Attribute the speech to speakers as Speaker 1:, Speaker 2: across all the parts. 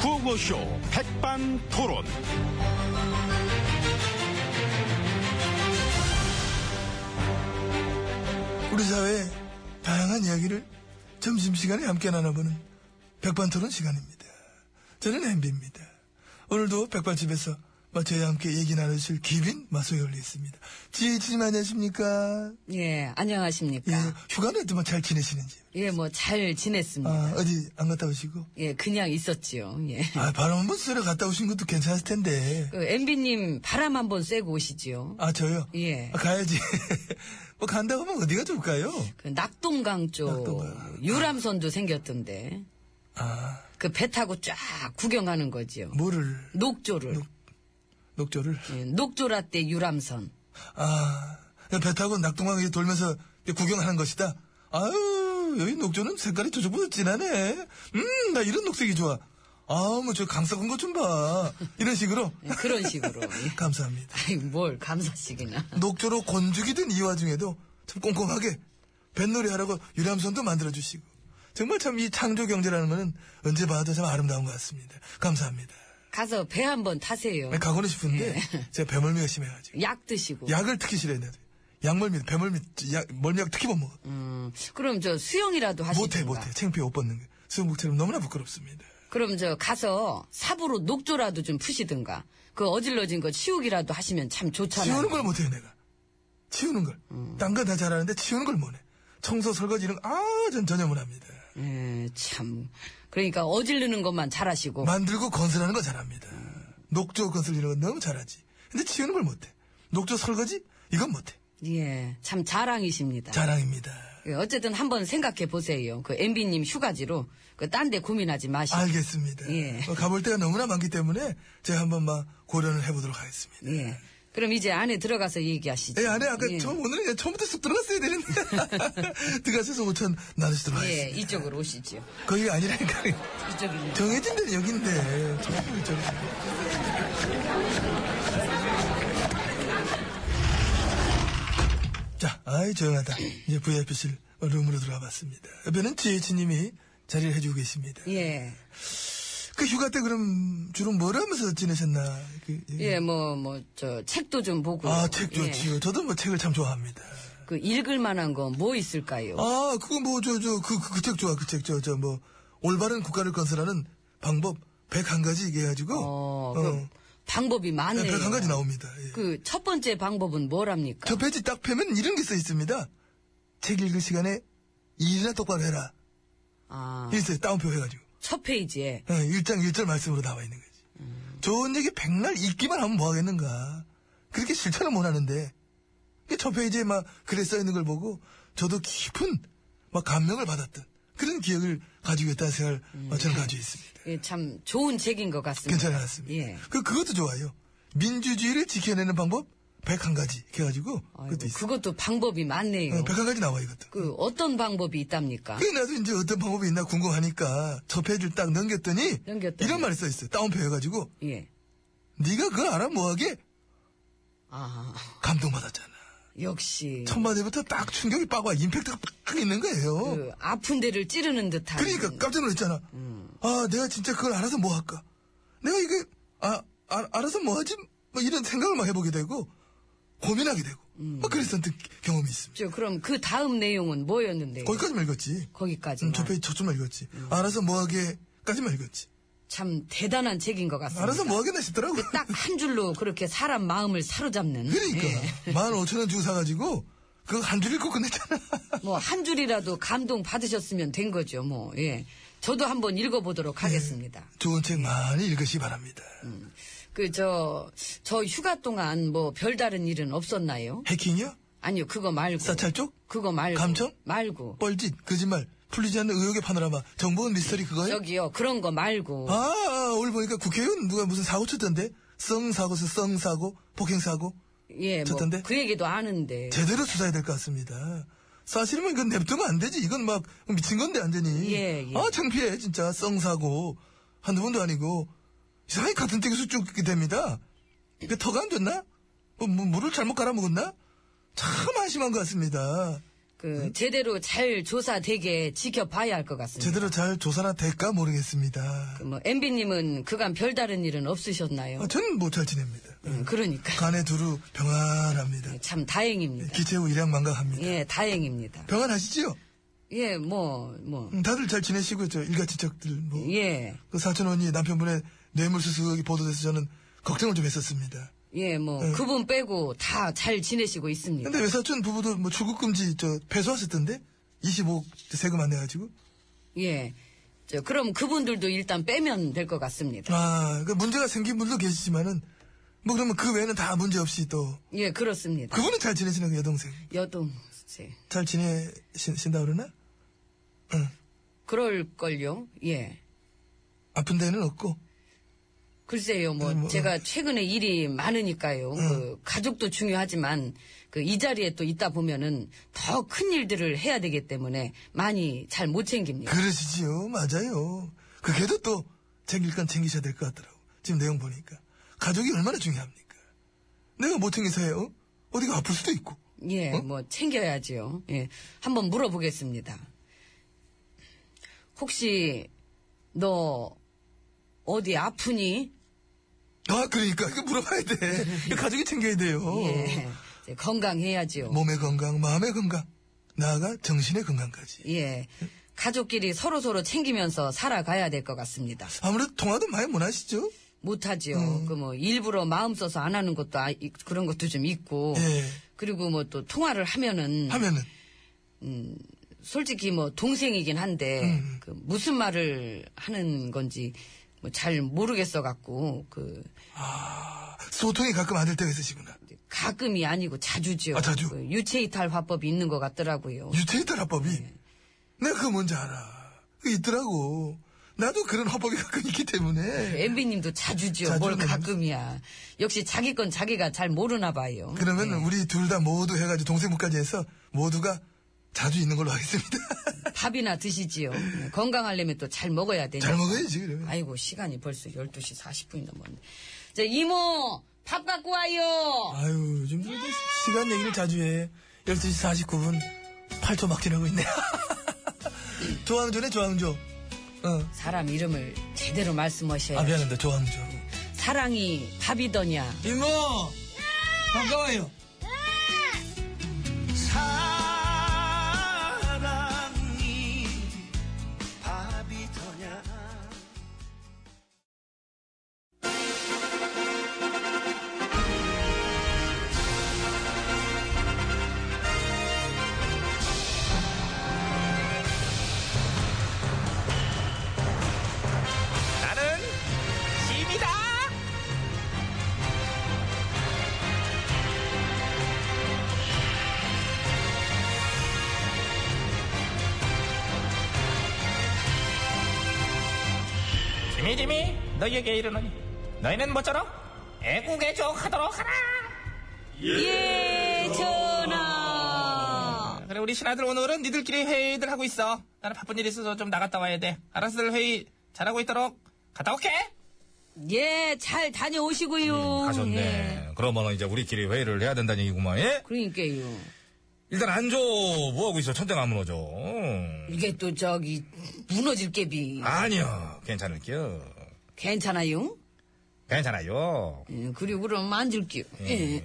Speaker 1: 라디오쇼 백반토론.
Speaker 2: 우리 사회의 다양한 이야기를 점심시간에 함께 나눠보는 백반토론 시간입니다. 저는 엠비입니다. 오늘도 백반집에서 마- 저희와 함께 얘기 나누실 기빈 마소에 올려 있습니다. 지혜진님 안녕하십니까?
Speaker 3: 예, 안녕하십니까.
Speaker 2: 예, 휴가 내도만 잘 지내시는지.
Speaker 3: 예, 뭐 잘 지냈습니다.
Speaker 2: 아, 어디 안 갔다 오시고?
Speaker 3: 예, 그냥 있었지요. 예.
Speaker 2: 아, 바람 한번 쐬러 갔다 오신 것도 괜찮을 텐데.
Speaker 3: 그 MB님 바람 한번 쐬고 오시지요.
Speaker 2: 아, 저요?
Speaker 3: 예.
Speaker 2: 아, 가야지. 뭐 간다고 하면 어디가 좋을까요?
Speaker 3: 그 낙동강 쪽
Speaker 2: 낙동강.
Speaker 3: 유람선도 생겼던데.
Speaker 2: 아, 네.
Speaker 3: 그 배 타고 쫙 구경하는 거지요.
Speaker 2: 뭐를,
Speaker 3: 녹조를.
Speaker 2: 녹조를.
Speaker 3: 예, 녹조라떼 유람선.
Speaker 2: 아, 그냥 배 타고 낙동강 위에 돌면서 이제 구경하는 것이다. 아유, 여기 녹조는 색깔이 저쪽보다 진하네. 음, 나 이런 녹색이 좋아. 아우, 뭐, 저 강석은 것 좀 봐. 이런 식으로.
Speaker 3: 예, 그런 식으로.
Speaker 2: 네.
Speaker 3: 예.
Speaker 2: 감사합니다.
Speaker 3: 아이, 뭘 감사식이나.
Speaker 2: 녹조로 곤죽이 된 이 와중에도 참 꼼꼼하게 뱃놀이 하라고 유람선도 만들어주시고. 정말 참 이 창조 경제라는 거는 언제 봐도 참 아름다운 것 같습니다. 감사합니다.
Speaker 3: 가서 배 한번 타세요.
Speaker 2: 아니, 가고는 싶은데 제가 배멀미가 심해가지고.
Speaker 3: 약 드시고.
Speaker 2: 네. 약을 특히 싫어해요. 약멀미, 배멀미, 약, 멀미약 특히 못 먹어.
Speaker 3: 음, 그럼 저 수영이라도 하시죠.
Speaker 2: 못해, 못해. 창피해 옷 벗는 게. 수영복처럼 너무나 부끄럽습니다.
Speaker 3: 그럼 저 가서 삽으로 녹조라도 좀 푸시든가 그 어질러진 거 치우기라도 하시면 참 좋잖아요.
Speaker 2: 치우는 걸 못해요, 내가. 치우는 걸.
Speaker 3: 음.
Speaker 2: 딴 건 다 잘하는데 치우는 걸 못해. 청소, 설거지 이런 거, 아, 전 전혀 못합니다.
Speaker 3: 예, 참 그러니까 어질르는 것만 잘하시고
Speaker 2: 만들고 건설하는 거 잘합니다. 녹조 건설 이런 거 너무 잘하지. 근데 치우는 걸 못해. 녹조 설거지? 이건 못해.
Speaker 3: 예, 참 자랑이십니다.
Speaker 2: 자랑입니다.
Speaker 3: 예, 어쨌든 한번 생각해 보세요. 그 MB님 휴가지로 그 딴 데 고민하지 마시고.
Speaker 2: 알겠습니다.
Speaker 3: 예.
Speaker 2: 어, 가볼 데가 너무나 많기 때문에 제가 한번 막 고려를 해보도록 하겠습니다.
Speaker 3: 예. 그럼 이제 안에 들어가서 얘기하시죠.
Speaker 2: 예, 안에 아까
Speaker 3: 예.
Speaker 2: 처음, 오늘은 그냥 처음부터 쑥 들어갔어야 되는데. 들어가셔서 5천 나누시도록
Speaker 3: 예,
Speaker 2: 하겠습니다.
Speaker 3: 이쪽으로 오시죠.
Speaker 2: 거기가 아니라니까.
Speaker 3: 이쪽입니다.
Speaker 2: 정해진 데는 여긴데. 정말 저기. 자, 아이, 조용하다. 이제 VIP실 룸으로 들어와 봤습니다. 옆에는 지혜치님이 자리를 해주고 계십니다.
Speaker 3: 예.
Speaker 2: 그 휴가 때 그럼 주로 뭘 하면서 지내셨나? 그,
Speaker 3: 예, 뭐 뭐 저 책도 좀 보고.
Speaker 2: 아, 책
Speaker 3: 예.
Speaker 2: 좋지요. 저도 뭐 책을 참 좋아합니다.
Speaker 3: 그 읽을 만한 거 뭐 있을까요?
Speaker 2: 아, 그거 뭐, 저, 저, 그, 그, 그 책 좋아. 그 책, 저, 저, 뭐, 올바른 국가를 건설하는 방법 101가지 얘기해가지고.
Speaker 3: 어,
Speaker 2: 음.
Speaker 3: 그 방법이 많네요.
Speaker 2: 101가지 나옵니다. 예.
Speaker 3: 그 첫 번째 방법은 뭐랍니까?
Speaker 2: 저 페이지 딱 펴면 이런 게 써 있습니다. 책 읽을 시간에 일이나 똑바로 해라.
Speaker 3: 아,
Speaker 2: 이게 있어요. 다운표 해가지고.
Speaker 3: 첫 페이지에
Speaker 2: 어, 1장 1절 말씀으로 나와 있는 거지. 좋은 얘기 백날 읽기만 하면 뭐 하겠는가. 그렇게 실천을 못 하는데. 그첫 페이지에 막 글에 써 있는 걸 보고 저도 깊은 막 감명을 받았던 그런 기억을 가지고 있다는 생각을 어, 저는 가지고 있습니다.
Speaker 3: 예, 참 좋은 책인 것 같습니다.
Speaker 2: 괜찮은 것 같습니다.
Speaker 3: 예.
Speaker 2: 그, 그것도 좋아요. 민주주의를 지켜내는 방법 101가지. 이렇게 해가지고
Speaker 3: 아이고,
Speaker 2: 그것도 있어요.
Speaker 3: 그것도 방법이 많네요.
Speaker 2: 어, 101가지 나와 이것도.
Speaker 3: 그 어떤 방법이 있답니까?
Speaker 2: 그래, 나도 이제 어떤 방법이 있나 궁금하니까 저 페이지를 딱 넘겼더니,
Speaker 3: 넘겼더니.
Speaker 2: 이런 말이 써 있어요. 다운표 해가지고
Speaker 3: 예.
Speaker 2: 네가 그걸 알아 뭐하게
Speaker 3: 아,
Speaker 2: 감동받았잖아.
Speaker 3: 음. 역시
Speaker 2: 첫 마디부터 딱 충격이 빡와 임팩트가 빡 있는 거예요.
Speaker 3: 그 음. 아픈 데를 찌르는 듯한
Speaker 2: 그, 러니까 깜짝 놀랐잖아.
Speaker 3: 음.
Speaker 2: 아 내가 진짜 그걸 알아서 뭐 할까? 내가 이게 아, 아, 알아서 뭐 하지? 뭐 이런 생각을 막 해보게 되고 고민하게 되고
Speaker 3: 음.
Speaker 2: 막 그랬던 경험이 있습니다.
Speaker 3: 저, 그럼 그 다음 내용은 뭐였는데요?
Speaker 2: 거기까지만 읽었지.
Speaker 3: 거기까지만 음.
Speaker 2: 음, 저 페이지 저쪽만 읽었지. 알아서 뭐 하게까지만 읽었지.
Speaker 3: 참 대단한 책인 것 같습니다.
Speaker 2: 알아서 뭐 하겠나 싶더라고.
Speaker 3: 음. 딱 한 줄로 그렇게 사람 마음을 사로잡는
Speaker 2: 그러니까
Speaker 3: 예.
Speaker 2: 15,000원 주고 사가지고 그거 한 줄 읽고 끝냈잖아.
Speaker 3: 뭐 한 줄이라도 감동 받으셨으면 된 거죠. 뭐 예. 저도 한번
Speaker 2: 네.
Speaker 3: 읽어보도록 하겠습니다.
Speaker 2: 좋은 책 많이 읽으시 기 바랍니다.
Speaker 3: 그 저 저 휴가 동안 뭐 별다른 일은 없었나요?
Speaker 2: 해킹이요?
Speaker 3: 아니요 그거 말고
Speaker 2: 사찰 쪽?
Speaker 3: 그거 말고
Speaker 2: 감청?
Speaker 3: 말고
Speaker 2: 뻘짓, 거짓말, 풀리지 않는 의혹의 파노라마, 정보원 미스터리 그거요?
Speaker 3: 저기요 그런 거 말고
Speaker 2: 네? 아, 아, 오늘 보니까 국회의원 누가 무슨 사고 쳤던데? 썽사고서 썽사고, 폭행사고.
Speaker 3: 예 뭐
Speaker 2: 쳤던데?
Speaker 3: 그 얘기도 아는데
Speaker 2: 제대로 수사해야 될 것 같습니다. 사실은 이건 냅두면 안 되지. 이건 막 미친 건데, 완전히.
Speaker 3: 예, 예.
Speaker 2: 아, 창피해, 진짜. 썽사고. 한두 번도 아니고. 이상하게 같은 댁에서 쭉 있게 됩니다. 그 터가 안 좋나? 뭐, 뭐, 물을 잘못 갈아먹었나? 참 한심한 것 같습니다.
Speaker 3: 그 제대로 잘 조사되게 지켜봐야 할 것 같습니다.
Speaker 2: 제대로 잘 조사나 될까 모르겠습니다.
Speaker 3: 그 뭐, MB님은 그간 별다른 일은 없으셨나요?
Speaker 2: 아, 네. 전 못 잘 지냅니다.
Speaker 3: 음, 그러니까.
Speaker 2: 간에 두루 병안합니다.
Speaker 3: 참 다행입니다.
Speaker 2: 기체후 일양 망각합니다.
Speaker 3: 예, 다행입니다.
Speaker 2: 병안하시지요?
Speaker 3: 예, 뭐, 뭐,
Speaker 2: 음, 다들 잘 지내시고요. 저 일가친척들 뭐.
Speaker 3: 예,
Speaker 2: 그 사촌 언니 남편분의 뇌물 수수이 보도돼서 저는 걱정을 좀 했었습니다.
Speaker 3: 예, 뭐,
Speaker 2: 예.
Speaker 3: 그분 빼고 다 잘 지내시고 있습니다.
Speaker 2: 근데 외사촌 부부도 뭐 출국 금지 저 폐소하셨던데 25억 세금 안 내가지고
Speaker 3: 예. 저, 그럼 그분들도 일단 빼면 될 것 같습니다.
Speaker 2: 아, 그 문제가 생긴 분도 계시지만은 뭐 그러면 그 외에는 다 문제 없이 또
Speaker 3: 예, 그렇습니다.
Speaker 2: 그분은 잘 지내시는 그 여동생
Speaker 3: 여동생.
Speaker 2: 잘 지내신다 그러나
Speaker 3: 그럴걸요? 예.
Speaker 2: 아픈 데는 없고
Speaker 3: 글쎄요, 뭐,
Speaker 2: 음, 뭐, 예.
Speaker 3: 제가 최근에 일이 많으니까요. 그, 가족도 중요하지만, 그, 이 자리에 또 있다 보면은 더 큰 일들을 해야 되기 때문에 많이 잘 못 챙깁니다.
Speaker 2: 그러시지요 맞아요 그게도 또 챙길 건 챙기셔야 될 것 같더라고 지금 내용 보니까 가족이 얼마나 중요합니까 내가 못 챙겨서 해요 어디가 아플 수도 있고
Speaker 3: 예,
Speaker 2: 어?
Speaker 3: 뭐, 챙겨야지요. 예. 한번 물어보겠습니다. 혹시, 너, 어디 아프니?
Speaker 2: 아 그러니까 이거 물어봐야 돼 이거 가족이 챙겨야 돼요
Speaker 3: 예. 이제 건강해야지요.
Speaker 2: 몸의 건강 마음의 건강 나아가 정신의 건강까지
Speaker 3: 예. 가족끼리 서로서로 챙기면서 살아가야 될 것 같습니다.
Speaker 2: 아무래도 통화도 많이 못 하시죠
Speaker 3: 못하지요. 그 뭐 일부러 마음 써서 안 하는 것도 아- 이- 그런 것도 좀 있고.
Speaker 2: 예
Speaker 3: 그리고 뭐 또 통화를 하면은
Speaker 2: 하면은
Speaker 3: 솔직히 뭐 동생이긴 한데
Speaker 2: 음.
Speaker 3: 그 무슨 말을 하는 건지 뭐 잘 모르겠어 갖고 그
Speaker 2: 소통이 가끔 안 될 때가 있으시구나
Speaker 3: 가끔이 아니고 자주지요.
Speaker 2: 아, 자주?
Speaker 3: 그 유체이탈 화법이 있는 것 같더라고요.
Speaker 2: 유태이탈 화법이 내가 그거 뭔지 알아 그거 있더라고 나도 그런 화법이 가끔 있기 때문에
Speaker 3: 엠비님도 자주지요. 뭘
Speaker 2: 자주는
Speaker 3: 가끔이야. 역시 자기 건 자기가 잘 모르나 봐요.
Speaker 2: 그러면 우리 둘 다 모두 해가지고 동생분까지 해서 모두가 자주 있는 걸로 하겠습니다
Speaker 3: 밥이나 드시지요. 건강하려면 또 잘 먹어야 되니까.
Speaker 2: 잘 먹어야지 그러면
Speaker 3: 아이고 시간이 벌써 12시 40분이 넘었네. 자, 이모 밥 갖고 와요.
Speaker 2: 아유 요즘 들 시간 얘기를 자주 해 12시 49분 8초 막 지나고 있네 조항조네 조항조 어.
Speaker 3: 사람 이름을 제대로 말씀하셔야
Speaker 2: 아 미안합니다 조항조
Speaker 3: 사랑이 밥이더냐.
Speaker 2: 이모 반가워요
Speaker 4: 사랑이 밥이 더냐 나는 짐이다
Speaker 5: 지미 지미 너희에게 이르노니 너희는 모처럼 애국의 족하도록 하라
Speaker 3: 예, 전하.
Speaker 5: 그래 우리 신하들 오늘은 니들끼리 회의들 하고 있어 나는 바쁜 일이 있어서 좀 나갔다 와야 돼 알아서들 회의 잘하고 있도록 갔다 올게
Speaker 3: 예, 잘 다녀오시고요.
Speaker 5: 음,
Speaker 3: 예.
Speaker 5: 그러면 이제 우리끼리 회의를 해야 된다는 얘기구만 예?
Speaker 3: 그러니까요.
Speaker 5: 일단 앉아 뭐하고 있어 천장 안 무너져
Speaker 3: 이게 또 저기 무너질 깨비.
Speaker 5: 아니요 괜찮을게요
Speaker 3: 괜찮아요?
Speaker 5: 괜찮아요
Speaker 3: 예, 그리고 그럼 만질게요. 예.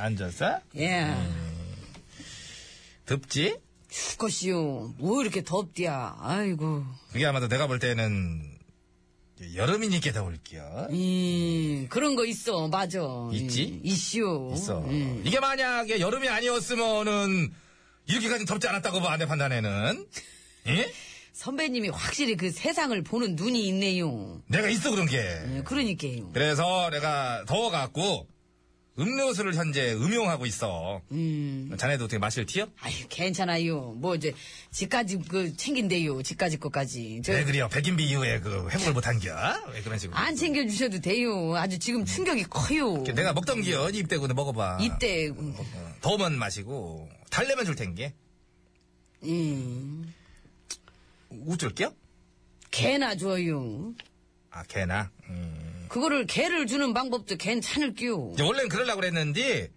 Speaker 5: 앉아서
Speaker 3: 예.
Speaker 5: 덥지?
Speaker 3: 죽겠시요. 뭐 이렇게 덥디야. 아이고.
Speaker 5: 그게 아마도 내가 볼 때는 여름이니까 더울게요
Speaker 3: 음, 그런 거 있어, 맞아. 예,
Speaker 5: 있지?
Speaker 3: 있슈.
Speaker 5: 있어.
Speaker 3: 음.
Speaker 5: 이게 만약에 여름이 아니었으면은 이렇게까지 덥지 않았다고 봐, 내 판단에는. 예?
Speaker 3: 선배님이 확실히 그 세상을 보는 눈이 있네요.
Speaker 5: 내가 있어, 그런 게.
Speaker 3: 예, 그러니까요.
Speaker 5: 그래서 내가 더워갖고 음료수를 현재 음용하고 있어.
Speaker 3: 음,
Speaker 5: 자네도 어떻게 마실 티요?
Speaker 3: 아유, 괜찮아요. 뭐, 이제, 집까지 그 챙긴대요. 집까지 것까지. 저,
Speaker 5: 왜 네, 그래요? 백인비 이후에 그 회복을 못한겨? 왜 그런 식으로?
Speaker 3: 안 챙겨주셔도 돼요. 아주 지금 충격이 커요.
Speaker 5: 내가 먹던겨. 입대고 먹어봐.
Speaker 3: 이때,
Speaker 5: 어, 더우면 마시고 달래면 줄 텐게.
Speaker 3: 음,
Speaker 5: 우쭐겨?
Speaker 3: 개나 줘요.
Speaker 5: 아, 개나. 음.
Speaker 3: 그거를 개를 주는 방법도 괜찮을게요.
Speaker 5: 이제 원래는 그러려고 그랬는데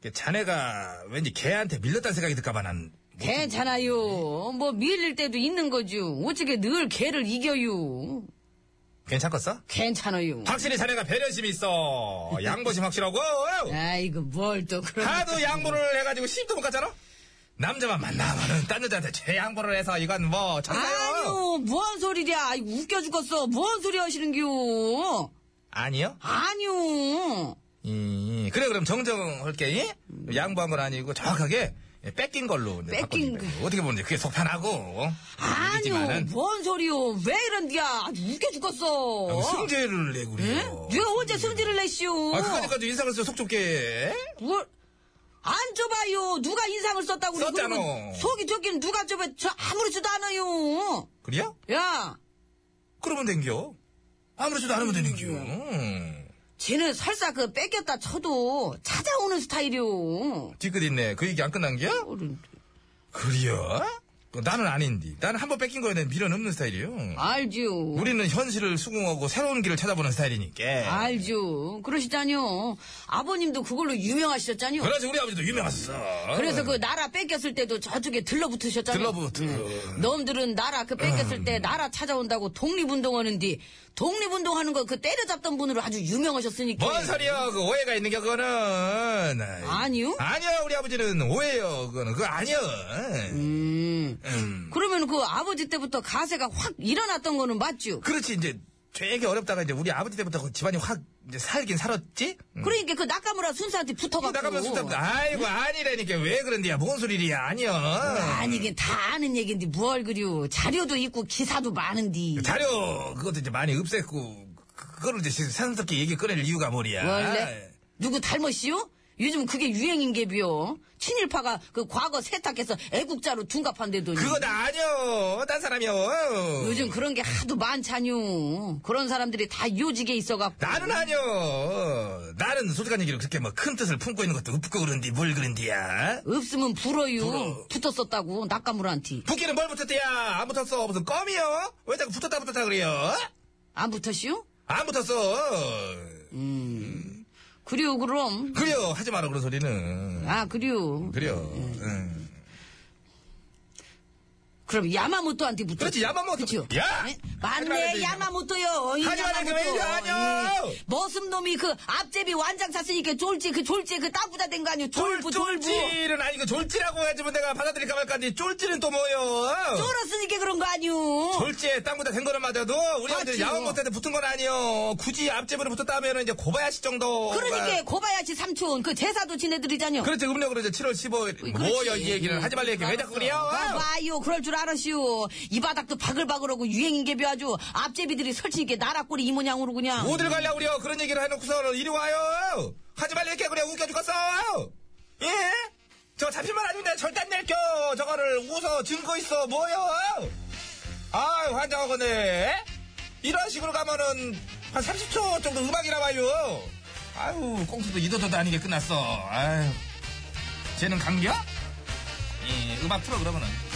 Speaker 5: 그 자네가 왠지 걔한테 밀렸다는 생각이 들까봐 난. 못-
Speaker 3: 괜찮아요. 뭐 밀릴 때도 있는 거죠. 어떻게 늘 걔를 이겨요.
Speaker 5: 괜찮겠어?
Speaker 3: 괜찮아요.
Speaker 5: 확실히 자네가 배려심이 있어. 양보심 확실하고. 어우!
Speaker 3: 아이고 뭘 또 그런.
Speaker 5: 하도 양보를 해가지고 시집도 못 갔잖아? 남자만 만나면은 딴 여자한테 죄양보를 해서 이건 뭐, 정말요?
Speaker 3: 아니요, 뭔 소리야. 아이고, 웃겨 죽겠어. 뭔 소리 하시는겨.
Speaker 5: 아니요?
Speaker 3: 아니요.
Speaker 5: 이, 그래, 그럼 정정할게. 이? 양보한 건 아니고 정확하게 뺏긴 걸로.
Speaker 3: 음.
Speaker 5: 이제
Speaker 3: 뺏긴
Speaker 5: 바꿔주면 돼요. 어떻게 보는지 그게 속 편하고.
Speaker 3: 아니요, 뭐.
Speaker 5: 일이지만은
Speaker 3: 뭔 소리요. 왜 이런디야. 아주 웃겨
Speaker 5: 여기
Speaker 3: 죽겠어.
Speaker 5: 승질을 내고 그래요.
Speaker 3: 왜 언제 승질을 내시오.
Speaker 5: 아, 그거니까도 인상을 써속 좁게.
Speaker 3: 뭘, 안 줘봐요. 누가 인상을 썼다고 그래.
Speaker 5: 썼잖아.
Speaker 3: 그러면 속이 좁긴 누가 줘봐. 저 아무렇지도 않아요.
Speaker 5: 그래요?
Speaker 3: 야,
Speaker 5: 그러면 된겨. 아무렇지도 않으면 되는겨. 음.
Speaker 3: 쟤는 설사 그 뺏겼다 쳐도 찾아오는 스타일이요.
Speaker 5: 뒤끝 있네. 그 얘기 안 끝난 겨?
Speaker 3: 어른.
Speaker 5: 그래요? 그 나는 아닌디. 나는 한 번 뺏긴 거에 대한 미련 없는 스타일이요.
Speaker 3: 아. 알지요.
Speaker 5: 우리는 현실을 수긍하고 새로운 길을 찾아보는 스타일이니까.
Speaker 3: 알죠. 그러시잖요. 아버님도 그걸로 유명하셨잖요.
Speaker 5: 그러지 우리 아버지도 유명했어.
Speaker 3: 그래서 그 나라 뺏겼을 때도 저쪽에 들러붙으셨잖아요.
Speaker 5: 네.
Speaker 3: 음.
Speaker 5: 들러붙어.
Speaker 3: 놈들은 나라 그
Speaker 5: 음.
Speaker 3: 뺏겼을 때 나라 찾아온다고 독립운동하는 뒤 독립운동하는 거 그 때려잡던 분으로 아주 유명하셨으니까.
Speaker 5: 뭔 소리야? 그 오해가 있는 게 그거는.
Speaker 3: 아니요?
Speaker 5: 아니요, 우리 아버지는 오해요. 그거는 그거 아니요.
Speaker 3: 음.
Speaker 5: 음.
Speaker 3: 그러면 그 아버지 때부터 가세가 확 일어났던 거는 맞죠?
Speaker 5: 그렇지 이제 되게 어렵다가 이제 우리 아버지 때부터 그 집안이 확 이제 살긴 살았지. 음.
Speaker 3: 그러니까 그 나카무라 순사한테 붙어갖고.
Speaker 5: 나가면 수다 아이고 아니라니까 왜 그런데야? 뭔 소리야? 아니요.
Speaker 3: 아니긴 다 아는 얘긴데 뭘 그리요. 자료도 있고 기사도 많은디.
Speaker 5: 그 자료 그것도 이제 많이 없앴고 그거를 이제 산스럽게 얘기 꺼낼 이유가 뭐냐? 예.
Speaker 3: 원래 누구 닮으시오? 요즘 그게 유행인 게비요. 친일파가 그 과거 세탁해서 애국자로 둔갑한데도
Speaker 5: 그거 다 아니요. 딴 사람이요.
Speaker 3: 요즘 그런 게 하도 많잖요. 그런 사람들이 다 요직에 있어갖고
Speaker 5: 나는 아니요. 나는 솔직한 얘기로 그렇게 뭐 큰 뜻을 품고 있는 것도 없고 그런디 뭘 그런디야.
Speaker 3: 없으면 불어요.
Speaker 5: 불어.
Speaker 3: 붙었었다고 낙가물한테
Speaker 5: 붓기는 뭘 붙었대야? 안 붙었어. 무슨 껌이요? 왜 자꾸 붙었다 붙었다 그래요?
Speaker 3: 안 붙었시오?
Speaker 5: 안 붙었어.
Speaker 3: 그래요 그럼.
Speaker 5: 그래요. 하지 마라 그런 소리는.
Speaker 3: 아 그래요.
Speaker 5: 그래요.
Speaker 3: 음.
Speaker 5: 응.
Speaker 3: 그럼 야마모토한테 붙었.
Speaker 5: 그렇지, 야마모토.
Speaker 3: 그죠?
Speaker 5: 야!
Speaker 3: 네?
Speaker 5: 하지 말아야 돼,
Speaker 3: 맞네 야마모토요. 이
Speaker 5: 하지 말아야 돼,
Speaker 3: 야마모토.
Speaker 5: 왜 이래, 아니요.
Speaker 3: 예. 머슴놈이 그 앞제비 완장 샀으니까 쫄지 그 쫄지 그 따부다 된 거 아니요. 졸부 졸부.
Speaker 5: 쫄지는 아니고 졸지라고 해주면 내가 받아들일까 말까인데 쫄지는 또 뭐요?
Speaker 3: 쫄았으니까 그런 거 아니요.
Speaker 5: 졸지에 땅보다 된 거는 맞아도 우리 아들
Speaker 3: 맞지요.
Speaker 5: 야원 못한테 붙은 건 아니요. 굳이 앞집으로 붙었다면 이제 고바야시 정도. 뭐.
Speaker 3: 그러니까 고바야시 삼촌 그 제사도 지내드리잖요.
Speaker 5: 그렇지 음력으로 이제 7월 15일 뭐여 이 얘기를 하지 말라 얘기 왜 자꾸 그래요?
Speaker 3: 봐봐요 아, 그럴 줄 알았슈 이 바닥도 바글바글하고 유행인 게비 아주 앞제비들이 설치니까 나락꼬리 이 모양으로 그냥
Speaker 5: 어딜 가려고 그래요? 그런 얘기를 해놓고서 이리 와요. 하지 말라 얘기 그래 웃겨 죽었어. 예? 저 잡힐만 아닌데 절대 안 낼겨. 저거를 웃어 증거 있어 뭐요? 아유 환장하겠네. 이런 식으로 가면은 한 30초 정도 음악이라 봐요. 아유 꽁트도 이도도도 아니게 끝났어. 아유 쟤는 강겨? 예 음악 틀어 그러면은.